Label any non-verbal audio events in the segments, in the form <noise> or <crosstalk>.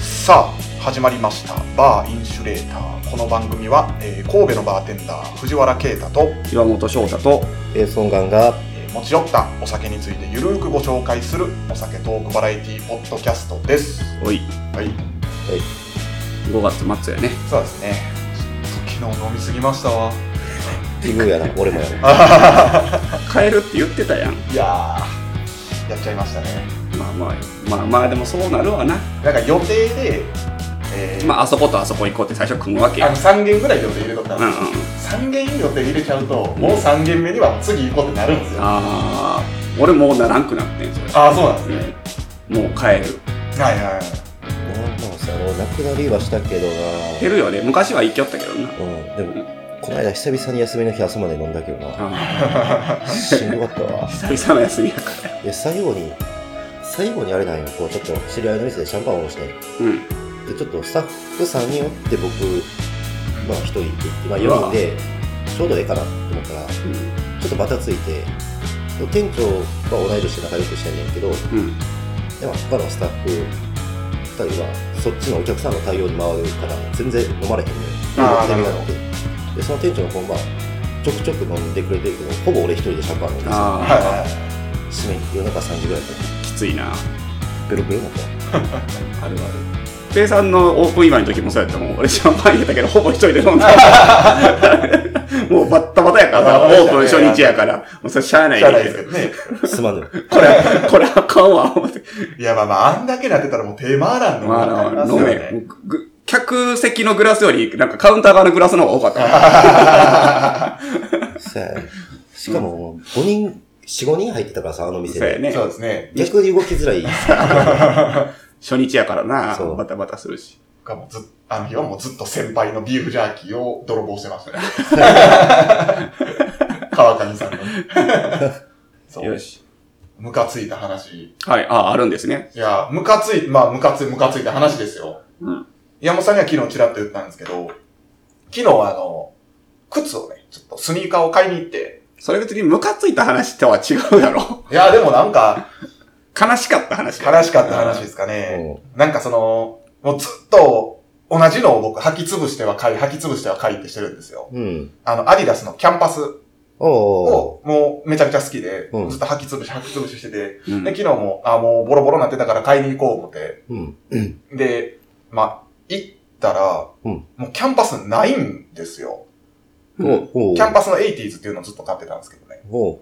さあ始まりました「バーインシュレーター」この番組は、えー神戸のバーテンダー藤原啓太と、岩本翔太とベース音楽がえー持ち寄ったお酒についてゆるーくご紹介するお酒トークバラエティポッドキャストですおいはい5月末やねそうですねちょっと昨日飲みすぎましたわ奇遇やな俺もやな帰るって言ってたやんいやーやっちゃいましたねまあまあまあまあでもそうなるわな、なんか予定で、えーまああそことあそこ行こうって最初組むわけあのや3軒ぐらい予定入れとったんうんうでんす、3軒予定入れちゃうともう3軒目には次行こうってなるんですよあああ俺もうならんくなってんそれあーそうなんですねうんもう帰るはいはいはい俺もさもうなくなりはしたけど減るよね昔は行きよったけどななうんでもこの間久々に休みの日朝まで飲んだけどなあしんどかったわあ久々の休みやからいや最後に最後にあれなんよこうちょっと知り合いの店でシャンパンをしてでうんちょっとスタッフさんによって僕まあ1人で行って、まあ、うわ4人でちょうどええかなと思ったらちょっとバタついてで店長は同い年で仲良くしてんねんけどうんうんでも他のスタッフ2人はそっちのお客さんの対応に回るから全然飲まれへんのよあー飲んでみなるてでその店長の本はちょくちょく飲んでくれてるけどほぼ俺一人でシャンパン飲んでさああ、はいはいはい締め夜中3時ぐらいかきついならベロベロになったあるあるペイさんのオープン祝いの時もそうやったもん俺シャンパン入れたけどほぼ一人で飲んだもうバッタバタやからさバッタバタやオープン初日やからもうそれしゃあないじゃないですけどね。すまぬこれこれあかんわ思っていや、まあまあ、あんだけなってたらもう手回らんのまあな飲め、もうぐ客席のグラスよりなんかカウンター側のグラスの方が多かったさあしかも5人45人入ってたからさあの店そうやでねそうですね。逆に動きづらい初日やからなそうバタバタするしがもうずっあの日はもうずっと先輩のビーフジャーキーを泥棒してましたね。 <laughs> 川上さんの。そよう。しムカついた話。はいあああるんですねいや、ムカつい、まあ、ムカつい、ムカついた話ですよ。うん山本さんには昨日ちらっと言ったんですけど、昨日あの、靴をね、ちょっとスニーカーを買いに行って、それ別にムカついた話とは違うだろ <laughs> いや、でもなんか、悲しかった話悲しかった話ですかね。なんかその、もうずっと同じのを僕、履き潰しては買い、履き潰しては買いってしてるんですよ。うんあの、アディダスのキャンパスおうをもうめちゃくちゃ好きで、うんずっと履き潰し、履き潰ししてて、うんで、昨日も、あ、もうボロボロなってたから買いに行こう思って、うんで、まあ、行ったら、うんもうキャンパスないんですよ。うんおうキャンパスの 80s っていうのをずっと買ってたんですけどね。おう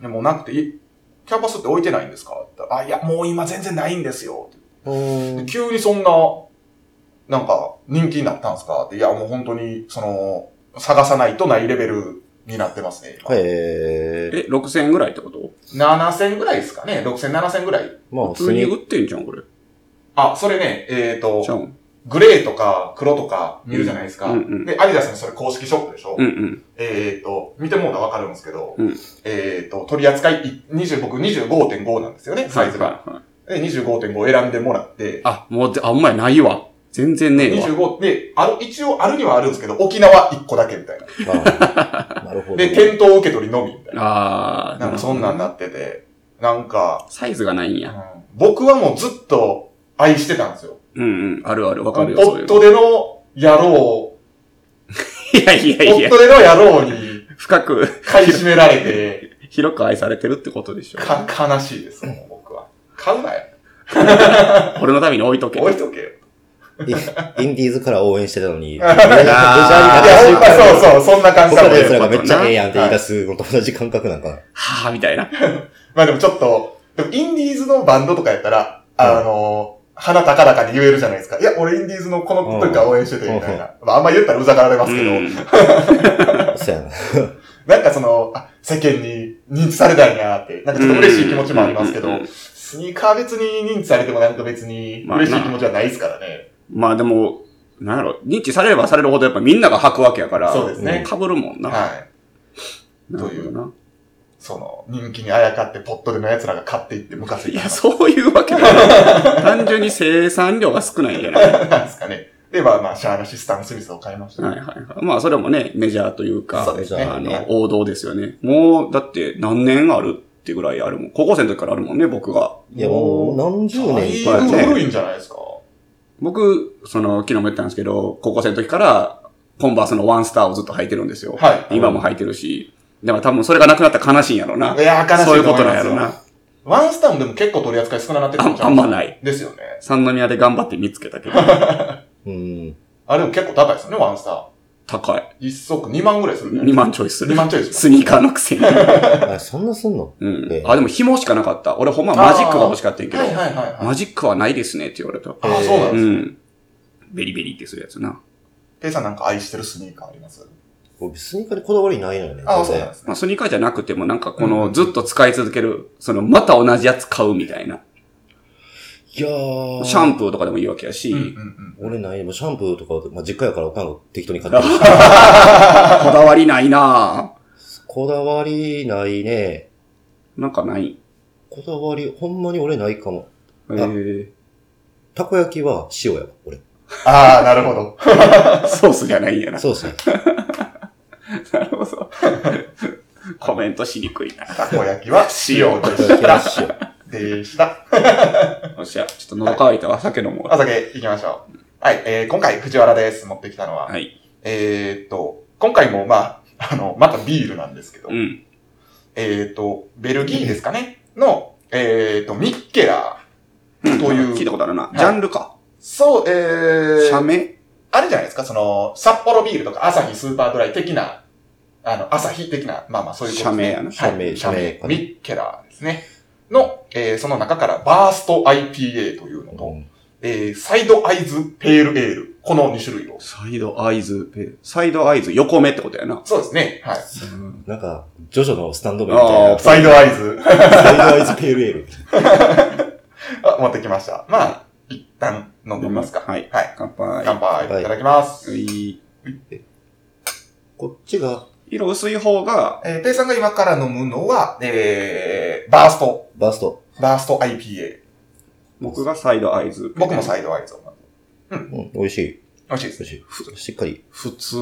でもうなくて、いキャンパスって置いてないんですかって言ったらあ、いや、もう今全然ないんですよ。おでう急にそんな、なんか、人気になったんですかって、いや、もう本当に、その、探さないとないレベルになってますね。今へええ6000円ぐらいってこと7000ぐらいですかね ?6000、7000ぐらい。まあ普通にスニー売ってんじゃんこれあ、それね、えっ、ちゃうと、んグレーとか黒とか見るじゃないですか。うんうんうんで、アディダスのそれ公式ショップでしょ、うんうんえっ、と、見てもらうのわかるんですけど、うんえっ、と、取り扱いい、20僕25.5なんですよね、サイズが。はいはいはいで、25.5選んでもらって、あ、もうで、あ、お前ないわ。全然ねえわ。 25で、ある、一応あるにはあるんですけど、沖縄1個だけみたいな。あなるほどで、店頭受け取りのみみたいな。あーなんかそんなんなってて、なんか、サイズがないんうんや。僕はもうずっと愛してたんですよ。うんうん。あるある。わポかるよ。そういッうトの。での野郎、いやいポやいッや。トでの野郎に深く、買い占められて、 <laughs> 広く愛されてるってことでしょ。か、悲しいです、もう僕は。買うなよ。俺のために置いとけ。置いとけよ。インインディーズから応援してたの <laughs> に、メジャーいいやや、ほんまにそうそう、そんな感じ僕らだもんのやつらね。がめっちゃええやんって言い出すのと同じ感覚なんかな。はぁ、みたいな。まあでもちょっと、でもインディーズのバンドとかやったら、あの、鼻高々に言えるじゃないですか。いや、俺インディーズのこの時から応援してて、みたいな。まああんま言ったらうざがられますけど、うそうやな。なんかその、あ、世間に認知されたんやって、なんかちょっと嬉しい気持ちもありますけうんうんうどん、スニーカー別に認知されてもなんか別に嬉しい気持ちはないですからね。んまあでも、なんやろ、認知されればされるほどやっぱみんなが履くわけやから、そうですね被るもんな。はい。なるほどな。その、人気にあやかってポットでの奴らが買っていってムカついいたや、そういうわけじゃない。単純に生産量が少ないんじゃないはなんですかね。で、まあまあ、シャーラシスタン・スミスを買いました。いはいはい。まあそれもね、メジャーというか、そうですね。あはいの、王道ですよね。もう、だって何年あるってぐらいあるもん。高校生の時からあるもんね、僕が。いや、もう何十だ年いかぶね古いんじゃないですか。僕、その、昨日も言ったんですけど、高校生の時から、コンバースのワンスターをずっと履いてるんですよ。は今も履いてるし。だから多分それがなくなったら悲しいんやろうな。いやー悲しいそういうとこ思といなんまやすよろうな。ワンスターもでも結構取り扱い少なくなってるあんじゃあうんまない。ですよね。三宮で頑張って見つけたけど、うん。あれも結構高いですよね、ワンスター。高い。一足2万ぐらいするね。 2万ちょいする。 2万ちょいですスニーカーのくせに。あ、そんなすんのうんええ。あ、でも紐しかなかった。俺ほんまマジックが欲しかったんやけはいど、はいはいはい。マジックはないですねって言われた。あー、そうなんうです。ん。ベリベリってするやつな。ペイさんなんか愛してるスニーカーあります僕、スニーカーにこだわりないのよね。あ、全そう然なんですね。まあ、スニーカーじゃなくても、なんかこうの、んずっと使い続ける、その、また同じやつ買うみたいな。いやー。シャンプーとかでもいいわけやし、うんうんこうん。俺ない、もうシャンプーとか、まあ、実家やからおかんが適当に買って <laughs> るだわりないなぁ。こだわりないね。なんかない。こだわり、ほんまに俺ないかも。えー、たこ焼きは塩やわ、俺。ああ、なるほど。ソースじゃないんやな。そ <laughs> うですね。なるほど。コメントしにくいな。たこ焼きは塩たでこ焼きは塩。でした。よっしゃ、ちょっと喉乾いたわ。酒飲もう。お酒行きましょう。はい、えー、今回藤原です。持ってきたのは。はい。えーっと、今回もまあ、あの、またビールなんですけど、うん。えーっと、ベルギーですかねの、えーっと、ミッケラうんという聞いたことあるな。いジャンルか。ー。そう、え社ー、名あれじゃないですか、その、札幌ビールとか朝日スーパードライ的な、あの、朝日的な、まあまあそういうこと社名やな。は社名い、社名社名ミッケラーですね。の、えーその中から、バースト IPA というのと、うんえーサイドアイズペールエール。この2種類を。サイドアイズペ、サイドアイズ横目ってことやな。そうですね。はい。なんか、ジョジョのスタンド名みたいあな。ーサイドアイズ。サイドアイズペールエール。あ、持ってきました。まあ、一旦飲んでみますか。はいはい。乾杯。乾杯。はいいただきます。はいこっちが色薄い方が、えーペイさんが今から飲むのは、えー、バースト。バースト。バースト IPA。僕がサイドアイズ。僕もサイドアイズを飲む。うん、美味しい。美味しいです。美味しい。しっかり。普通。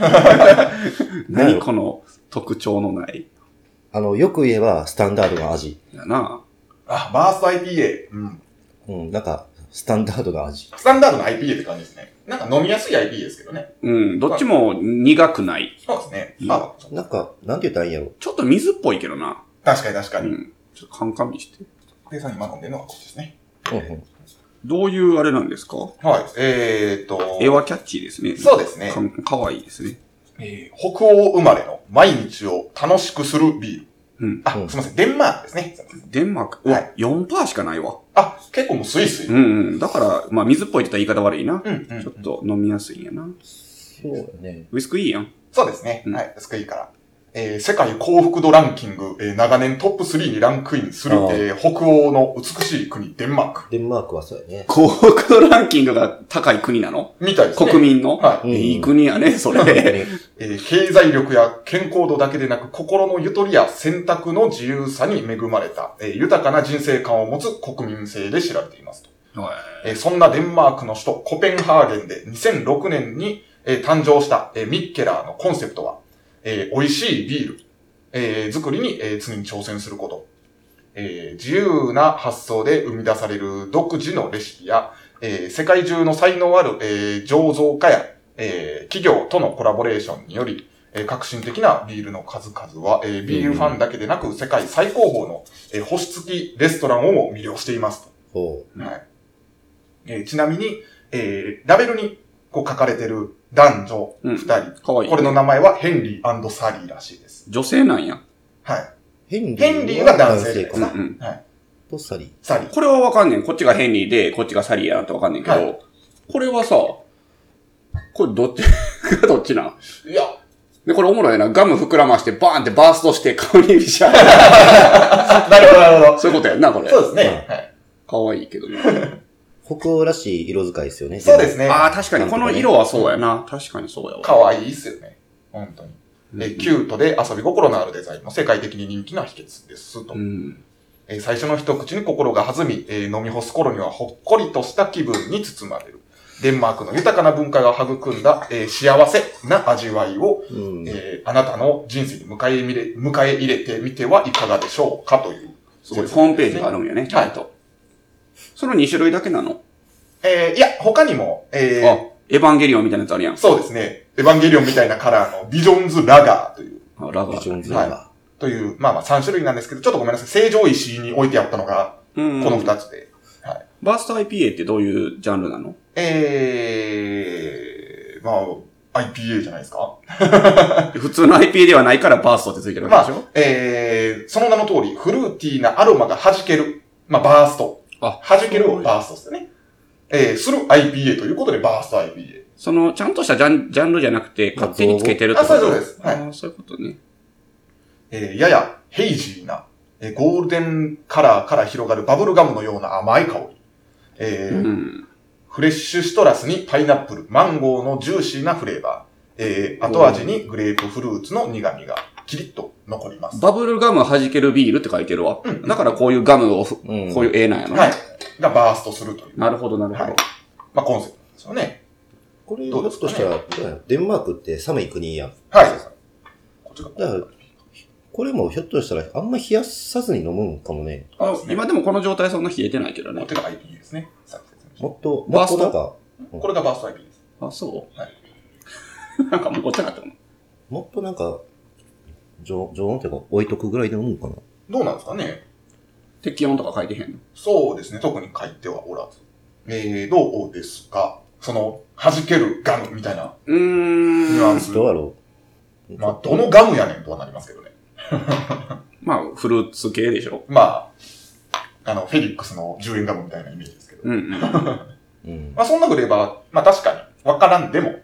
な <laughs> 何るこの特徴のない。あの、よく言えば、スタンダードな味。やな。あ、バースト IPA。うん。うん、なんか、スタンダードな味。スタンダードの IPA って感じですね。なんか飲みやすい IPA ですけどね。うん。どっちも苦くない。そうですね。うんまあ、なんか、なんて言ったらいいんやろ。ちょっと水っぽいけどな。確かに確かうに。ん。ちょっとカンカンにして。ペイさん今飲んでるのはこっちですね。うんうん。どういうあれなんですかはい。えーっと。絵はキャッチーですね。そうですねか。かわいいですね。えー北欧生まれの毎日を楽しくするビール。うんあ、うんすみません。デンマークですね。すいませんデンマーク。うわは4%しかないわ。あ、結構もうスイスイ。うんうん。だから、まあ水っぽいって言ったら言い方悪いな。うんうんちょっと飲みやすいんやな。そうやね。ウイスクいいやん。そうですね。うんはい。スクイーから。えー世界幸福度ランキング、えー長年トップ3にランクインするあ、ーえー北欧の美しい国、デンマーク。デンマークはそうやね。幸福度ランキングが高い国なのみたいですね。国。民の。はい。うんいい国やね、それ。えー経済力や健康度だけでなく、心のゆとりや選択の自由さに恵まれた、えー豊かな人生観を持つ国民性で知られていますと。えーそんなデンマークの首都コペンハーゲンで2006年に、えー誕生した、えーミッケラーのコンセプトは、えー美味しいビール、えー作りに、えー常に挑戦すること、えー自由な発想で生み出される独自のレシピや、えー世界中の才能ある、えー醸造家や、えー企業とのコラボレーションにより、えー革新的なビールの数々は、えービールファンだけでなく世界最高峰の、えー星付きレストランをも魅了していますと。ほうんはい。えーちなみに、えーラベルにこう書かれてる男女二うん。人、かわいいこ。れの名前はヘンリーサリーらしいです。女性なんや。はい。う。ヘンリー。ヘンリーは男性かうんうな。ん。とサリー。サリー。これはわかんねん。こっちがヘンリーで、こっちがサリーやなってわかんねんけど、はこれはさ、これどっち <laughs> がどっちなんいや、で、これおもろいな。ガム膨らまして、バーンってバーストして顔にビシャー。なるほど、なるほど。そういうことやんな、これ。そうですね。はい。かわいいけどね。北欧らしい色使いですよね。そうですね。ああ、確かに。この色はそうやな。確かにそうやわ。可愛いっすよね。本当に。うんえーキュートで遊び心のあるデザインも世界的に人気な秘訣です。と。うん。えー最初の一口に心が弾み、えー飲み干す頃にはほっこりとした気分に包まれる。デンマークの豊かな文化が育んだ、えー幸せな味わいをでもね。うん。えーあなたの人生に迎え入れ、迎え入れてみてはいかがでしょうかという。すごい。ホームページがあるんやね、ちゃんと。その2種類だけなのえー、いや、他にも、えあー、、エヴァンゲリオンみたいなやつあるやん。そうですね。エヴァンゲリオンみたいなカラーのビジョンズ・ラガーという、あラビバジョー。ンズラガー。という、まあまあ3種類なんですけど、ちょっとごめんなさい。正常石に置いてあったのが、うんこの2つで。バースト IPA ってどういうジャンルなのえー、まあ、IPA じゃないですか普通の IPA ではないからバーストってついてるまわあけでしょ、えー、その名の通り、フルーティーなアロマが弾ける。まあ、バースト。あ弾けるをバーストですよね。えー、する IPA ということで、バースト IPA。その、ちゃんとしたジャンジャンルじゃなくて、勝手につけてるってあ、ことそうです、そうです。はい。あーそういうことね。えー、ややヘイジーな、えーゴールデンカラーから広がるバブルガムのような甘い香り。えうーん。フレッシュシトラスにパイナップル、マンゴーのジューシーなフレーバー。えー、後味にグレープフルーツの苦味がキリッと残ります。バブルガム弾けるビールって書いてるわ。うんだからこういうガムをふ、うんこういう絵なんやろ、はい。がバーストするという、なるほど、なるほど。はいまあ、コンセプトですよね。これ、どうもでしすかかねしたら、デンマークって寒い国やん。はい。こっちがだから、これもひょっとしたら、あんま冷やさずに飲むんかもね。あ今でもこの状態そんな冷えてないけどこっね。ちが IPA ですね。さっき説明しもっと、もっとバーなスんか、たこれがバースト IPA です。あ、そう、は <laughs> なんかもうごっちゃかったもん。もっとなんか、常常温っていうか、置いとくぐらいで飲むんかな。どうなんですかね適温とか書いてへんの。そうですね。特に書いてはおらず。えー、どうですかその、弾けるガムみたいなうニュアーンん。ス。どうやろうまあ、どのガムやねんとはなりますけどね。まあ、フルーツ系でしょ。まあ、あの、フェリックスの10円ガムみたいなイメージですけど。うん <laughs> うん。うん。まあ、そんなフレーバー、まあ確かに、わからんでも。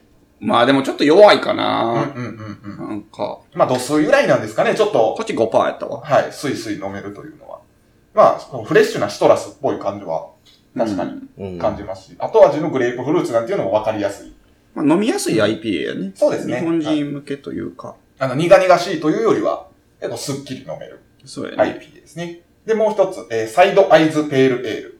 まあでもちょっと弱いかうんうんな、うんうん。なんか、まあ、度数由来なんですかね、ちょっとこ。っち5%やったわ。はい、スイスイ飲めるというのは。まあ、そのフレッシュなシトラスっぽい感じは、確かにうん。感じますし、後味のグレープフルーツなんていうのもわかりやすい。まあ、飲みやすい IPA やね。そうですね日本人向けというか。あの、苦々しいというよりは、結構すっきり飲めるそうやね。 IPA ですね。で、もう一つ、えーサイドアイズペールエール。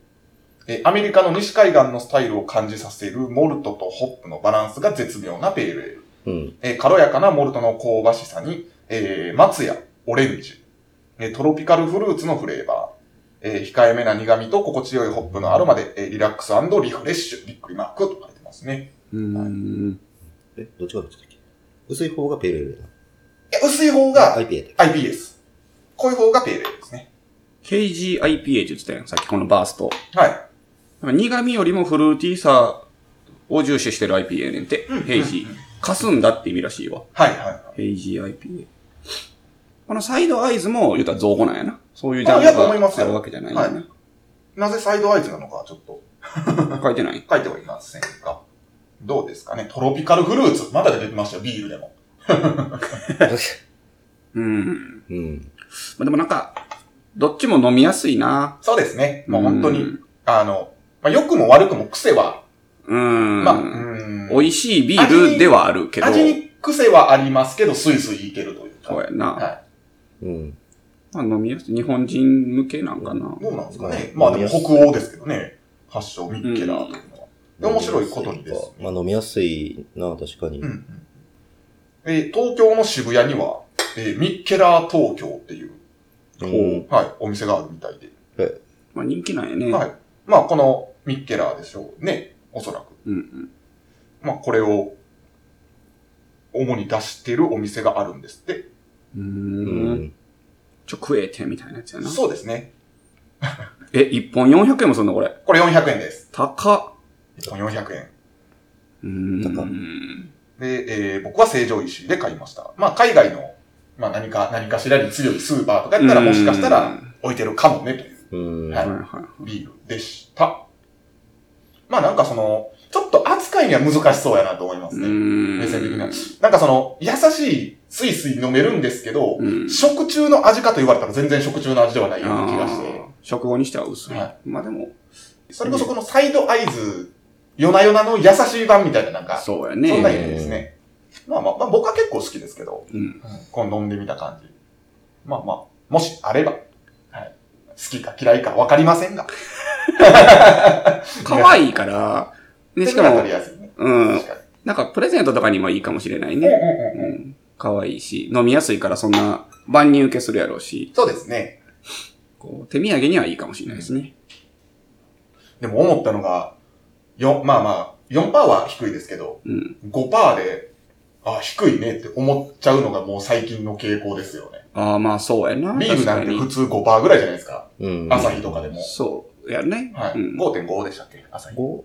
えーアメリカの西海岸のスタイルを感じさせるモルトとホップのバランスが絶妙なペールエール。うん。えー軽やかなモルトの香ばしさに、えー松やオレンジ、えートロピカルフルーツのフレーバー、えー控えめな苦味と心地よいホップのアロマで、えーリラックスリフレッシュ、びっくりマークと書いてますね。うーん。え、どっちがどっちだっけ薄い方がペールエールいや薄い方だ。が IPA で。 IPA です。濃い方がペーレですね。 KGIPA って言ってたやん、さっきこのバースト。はい。なんか苦味よりもフルーティーさを重視してる IPA やねんて。ヘイジー。霞んだって意味らしいわ。はいはいはい。ヘイジー IPA。このサイドアイズも言うたら造語なんやな。そういうジャあいンルやと思いますがよあるわけじゃないんやな。なぜサイドアイズなのかはちょっと書いてない。書いてはいませんが。どうですかね。トロピカルフルーツ。まだ出てきましたよ、ビールでも。 <laughs> うん。うん。まあ、でもなんか、どっちも飲みやすいな。そうですね。もう本当うにん。あの、まあ、良くも悪くも癖は、うん。まあ、うん美味しいビールではあるけど。味に癖はありますけど、スイスイいけるというか。そうやな。はうん。まあ飲みやすい。日本人向けなんかな。どうなんですかね。ままああでも北欧ですけどね。発祥ミッケラーというのは。で面白いことにですねまあ飲みやすいな、確かに。うんうんえー東京の渋谷には、えーミッケラー東京っていう、うんはい、お店があるみたいで。まあ人気なんやね。はい。まあこのミッケラーでしょうね。おそらく。うんうん。まあこれを、主に出してるお店があるんですって。うー。うんん。直営店みたいなやつやな。そうですね。え、1本400円もすんのこれ。これ400円です。高っ。これ400円。うーん。高っで、えー僕は成城石井で買いました。まあ、海外の、まあ、何か、何かしらに強いスーパーとかやったら、もしかしたうらん置いてるかもね、といううん。ははいいはビールでした。まあ、なんかその、ちょっと扱いには難しそうやなと思いまい。すうーね。ん。目線的ななんかその、優しい、スイスイ飲めるんですけど、うん。食中の味かと言われたら全然食中の味ではないような気がしあて、あ。食後にしては薄い。はまあでも、それこそこのサイドアイズ、夜な夜なの優しい版みたいななんか、そそうやんなイメーね。ジですね。まあまあ、まあ僕は結構好きですけど、うん。こう飲んでみた感じ。まあまあ、もしあれば、はい、好きか嫌いかわかりませんが。 <laughs> 可愛いから、で、しかわもかり、やすいね。うん。確かに。なんかプレゼントとかにもいいかもしれないうんね。うんうんうん。可愛いし、飲みやすいからそんな万人受けするやろうし、そうですね。こう、手土産にはいいかもしれないですね。でも思ったのが、よ、まあまあ、4%は低いですけど、うん。 5%で、あ、低いねって思っちゃうのがもう最近の傾向ですよね。ああ、まあそうやな。ビールなんて普通5%ぐらいじゃないですか。うん。朝日とかでも。そうやね。はい。うん5.5でしたっけ朝日。 5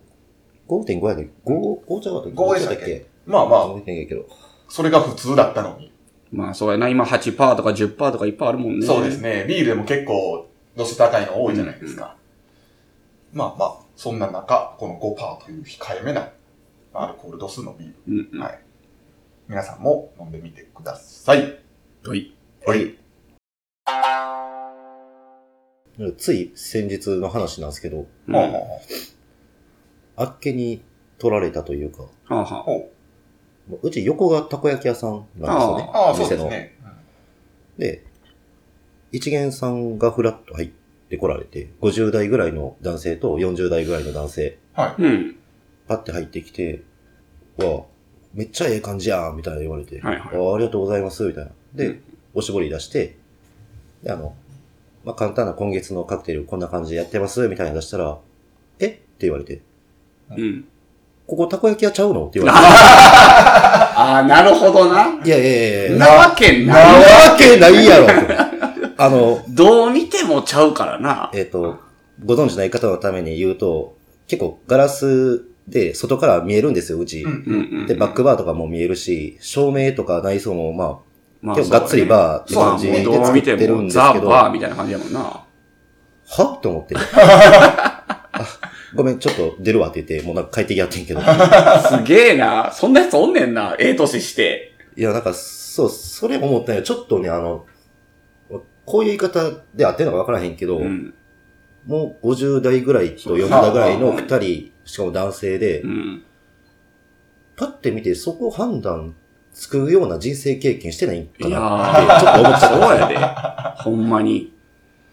5.5やね。5、5ちゃうかった5でしたっけまあまあ、 5点やけど。それが普通だったのに。まあそうやな。今8%とか10%とかいっぱいあるもんね。そうです。ね。ビールでも結構、度数高いの多いじゃないですか。まあまあ、そんな中、この5%という控えめなアルコール度数のビール、うんうん。はい皆さんも飲んでみてください。はい。はい。つい先日の話なんですけど、ううんんはあっけに取られたというか、あはあ。うち横がたこ焼き屋さんなんですよね。ああ、おそう店ですの。ね。うんで、一元さんがフラッと入ってこられて、50代ぐらいの男性と40代ぐらいの男性、うん。パッて入ってきて、わあ、めっちゃええ感じやんみたいな言われて、はいはいわあありがとうございます、みたいな。で、うんおしぼり出して、で、あの、まあ、簡単な今月のカクテルこんな感じでやってます、みたいなの出したら、えって言われて、うん。ここたこ焼き屋ちゃうのって言われああ、なるほどな。て、いやいやいやいや、なわけなない。わけないやろあの、どう見てもちゃうからな。えっ、と、ご存知ない方のために言うと、結構ガラスで外から見えるんですよ、うち。うんうんうん。で、バックバーとかも見えるし、照明とか内装も、ままあ、あ、結構がっつりー。バーってそうや感じねでそうやねどう作見っててるんも、ですザ・けど、バーはみたいな感じやもんな。と <laughs> 思って。あごめん、ちょっと出るわって言って、もうなんか帰ってきやってんけど。すげえな。そんなやつおんねんな。ええ年して。いや、なんか、そう、それ思ったんや。ちょっとね、あの、こういう言い方で合ってるのかわからへんけど、うん。もう50代ぐらいと40代ぐらいの2人、しかも男性でう、ん。パッて見てそこ判断つくような人生経験してないんかいやな。ー。ちょっと思っちゃっそうやで。ほんまに。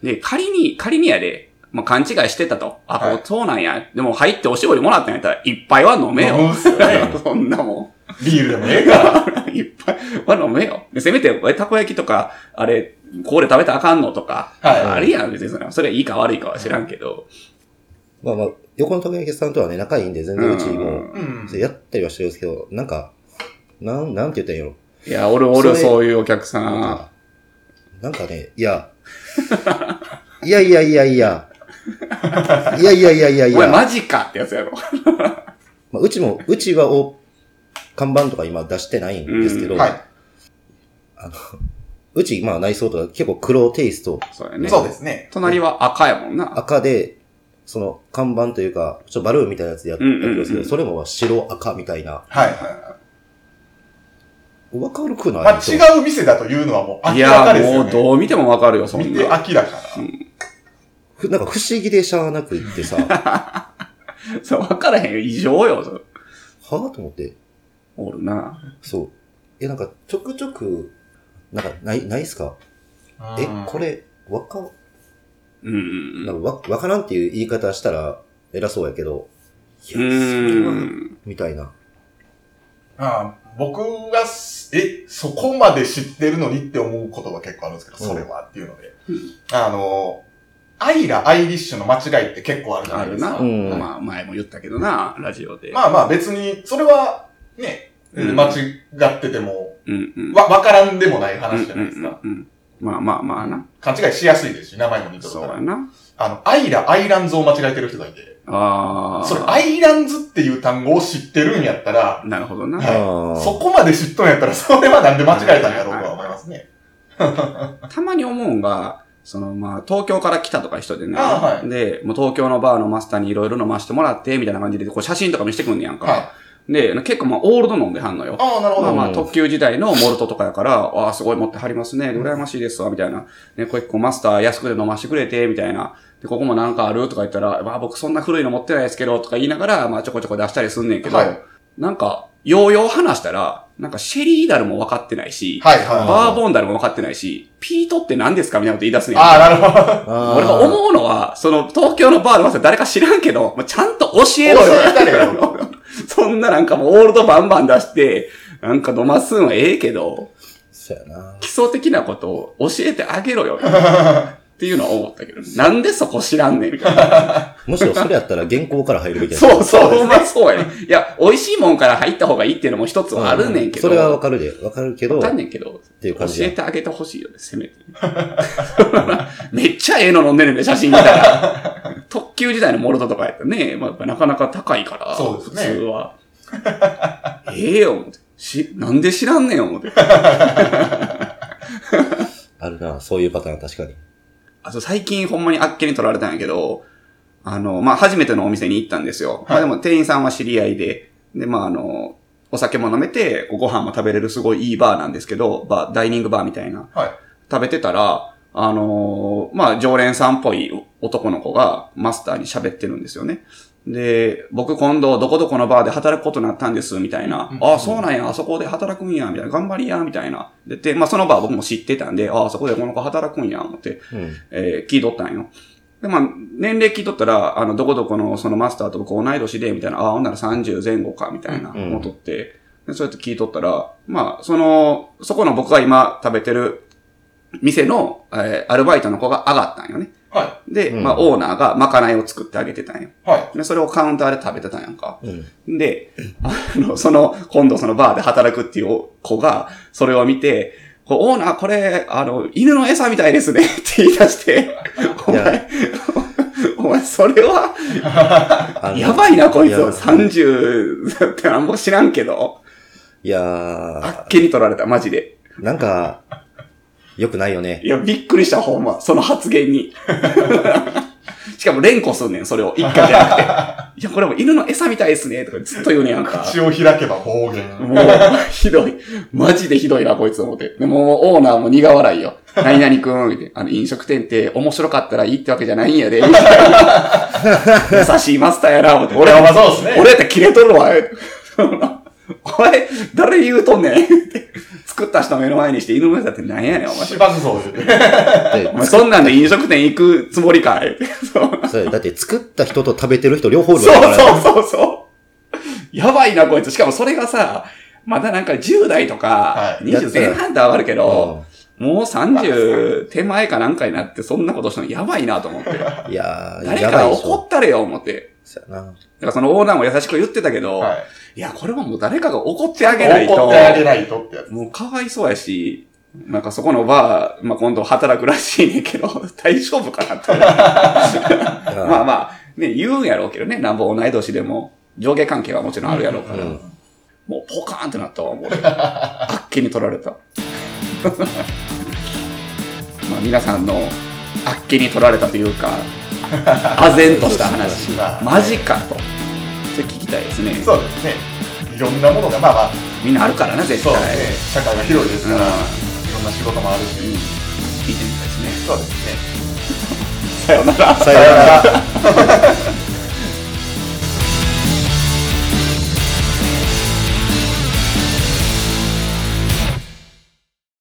で、仮に、仮にやで、まあ、勘違いしてたと。あ、はいそうなんや。でも入っておしぼりもらったんやったら、いっぱいは飲め飲むよ。っすよね <laughs> そんなもビールでもええから。ん。 <laughs> いっぱいは飲めよ。でせめて、えたこ焼きとか、あれ、ここで食べたらあかんのとか。 <laughs> はあれやん、別にそれは。それはいいか悪いかは知らんけど。まあまあ、横のたこ焼きさんとはね、仲いいんで、全然うちも、い。うん。やったりはしてるんですけど、なんか、なん、なんて言ったらいいんやいや、おるおる、それそういうお客さろ。なんん。かなんかね、いや、いやいやいやいや、いやいやいやいやいお前や、マジかってやつやろ。まあ、うちも、うちはお、看板とか今出してないんですけど、うはうち、まあ内装とか結構黒テイスト、そうやい。ね。そうですね。隣は赤やもんな。赤で、その看板というか、ちょっとバルーンみたいなやつでやってるんでうんすけうんうんど、それも白赤みたいな、はいはいはい。わかるくないまあと違う店だというのはもうい明らかや、ですよもね。うどう見てもわかるよ、そんな。見て明らかな。ふなんか不思議でしゃあなくってさ、 <laughs> は <laughs> そう、わからへんよ。異常よ。それぁと思って。おるな。そう。え、なんかちょくちょく、なんかない、ないっすかえ、これ、わか、うんうんなんかわわからんっていう言い方したら偉そうやけど、いや、うそれは、ん。みたいな。ああ僕がす、え、そこまで知ってるのにって思うことが結構あるんですけど、うんそれはっていうのでうん。あの、アイラ、アイリッシュの間違いって結構あるじゃあないでるすな。か。うんまあ、前も言ったけどな、ラジオで。まあまあ別に、それは、ね、うん間違ってても、うんうん。わ、わからんでもない話じゃないですか。うんうんうんまあまあまあな。勘違いしやすいですし、名前も似てるそうからや。な。あの、アイラ、アイランズを間違えてる人がいて、ああ。それ、アイランズっていう単語を知ってるんやったら、なるほどな。はいあーそこまで知っとんやったら、それはなんで間違えたんやろうとは思いますね。たまに思うんが、そのまあ、東京から来たとか人でね。あはで、もう東京のバーのマスターにいろいろ飲ましてもらって、みたいな感じで、こう写真とか見せてくんねやんか。はで、結構まあ、オールド飲んではんのよ。ああ、なるほまあど。まうあ、ん特急時代のモルトとかやから、ああ、すごい持ってはりますね。羨ましいですわ、みたいな。ね、これこうマスター安くで飲ましてくれて、みたいな。で、ここもなんかあるとか言ったら、まあ僕そんな古いの持ってないですけど、とか言いながら、まあちょこちょこ出したりすんねんけど、はいなんか、ようよう話したら、なんかシェリーダルも分かってないし、はいはい。バーボンダルも分かってないし、ピートって何ですかみたいなこと言い出すねん。ああ、なるほど。あー俺が思うのは、その東京のバーのマスター誰か知らんけど、まあ、ちゃんと教えろよ。教えたれよ <laughs> そんななんかもうオールドバンバン出して、なんか飲ますんはええけど、そうやな基。礎的なことを教えてあげろよ。っていうのは思ったけど、なんでそこ知らんねんみたいな。むしろそれやったら原稿から入るべきやそうそう、 <laughs> ほんまそうやね。いや、美味しいもんから入った方がいいっていうのも一つはあるねんけど。それはわかるで。わかるけどわ、かんねんけど、ていう教感じやえてあげてほしいよね、せめて。めっちゃええの飲んでるね、写真見たら。 <laughs> 特急時代のモルトとかやったらね、まあ、やっぱなかなか高いから、そうですね普通は。ええよ、思って。し、なんで知らんねん、思って。あるな。そういうパターン確かに。あと最近ほんまにあっけに取られたんやけど、あの、まあ、初めてのお店に行ったんですよ。まあ、でも店員さんは知り合いで、で、まあ、あの、お酒も飲めて、こうご飯も食べれるすごいいいバーなんですけど、バー、ダイニングバーみたいな。はい食べてたら、あのーまあ、常連さんっぽい男の子がマスターに喋ってるんですよね。で、僕今度どこどこのバーで働くことになったんです、みたいな。うんああ、そうなんや、あそこで働くんや、みたいな。頑張りや、みたいな。で、でまあ、そのバー僕も知ってたんで、ああ、そこでこの子働くんや、思って。うん。えー聞いとったんよ。で、まあ、年齢聞いとったら、あの、どこどこのそのマスターと僕同い年で、みたいな、ああ、ほんなら30前後か、みたいな、うんうん思っとって、で、そうやって聞いとったら、まあ、その、そこの僕が今食べてる店の、えーアルバイトの子が上がったんよね。はで、うんまあ、オーナーがまかないを作ってあげてたんよ。い。はい。で、それをカウンターで食べてたんやんか。うん。で、あの、その、今度そのバーで働くっていう子が、それを見て、こうオーナー、これ、あの、犬の餌みたいですね <laughs> って言い出して、おいや前、 <laughs> お前、それは、あのやばいな、こいつ。や30ってなんも知らんけど、いやあっー、けに取られた、マジで。なんか、良くないよね。いや、びっくりした、ほんま、その発言に。 <laughs> しかも連呼すんねん、それを。一回じゃな <laughs> くて。いや、これも犬の餌みたいですね、とかずっと言うねんやんか。口を開けば暴言。もう、ひどい。マジでひどいな、こいつ思って。でも、オーナーも苦笑いよ。何々くん、みたいな。あの、飲食店って面白かったらいいってわけじゃないんやで、みたいな。優しいマスターやな、思って。俺は、はそうです俺。やったらキレとるわ。 <laughs> お前、誰言うとんねん。って作った人目の前にして犬の餌ってなんやねん、お前。しばくそうですね。でお前、そんなんで飲食店行くつもりかい。 <laughs> そうそれだって作った人と食べてる人両方いるわけそだうからそうそうそう。やばいな、こいつ。しかもそれがさ、まだなんか10代とかは、い20前半って上がるけうどん、もう30手前かなんかになって、そんなことしたのやばいな <laughs> と思って。いやー、誰やかばいでし怒ょ。ったれよ、思って。そうやな。だからそのオーナーも優しく言ってたけど、、はいや、これはもう誰かが怒ってあげないい。と、怒ってあげないとってやつ。もうかわいそうやし、なんかそこのバー、まあ、今度働くらしいねんけど、 <laughs> 大丈夫かなと思って。まあまあ、ね、言うんやろうけどね、なんぼ同い年でも、上下関係はもちろんあるやろうから、うんもうポカーンってなったわ、もう俺。あっけに取られた。 <laughs> まあ皆さんの、あっけに取られたというか、唖然とした <laughs> 話まあ、マジかと。それ聞きたいですね。そうですね。いろんなものが、まあまあ、みんなあるからな、絶そう対。ですね。社会が広いですうん。かうんら、いろんな仕事もあるし。聞いてみたそうですね。いですね。さよなら。さよなら。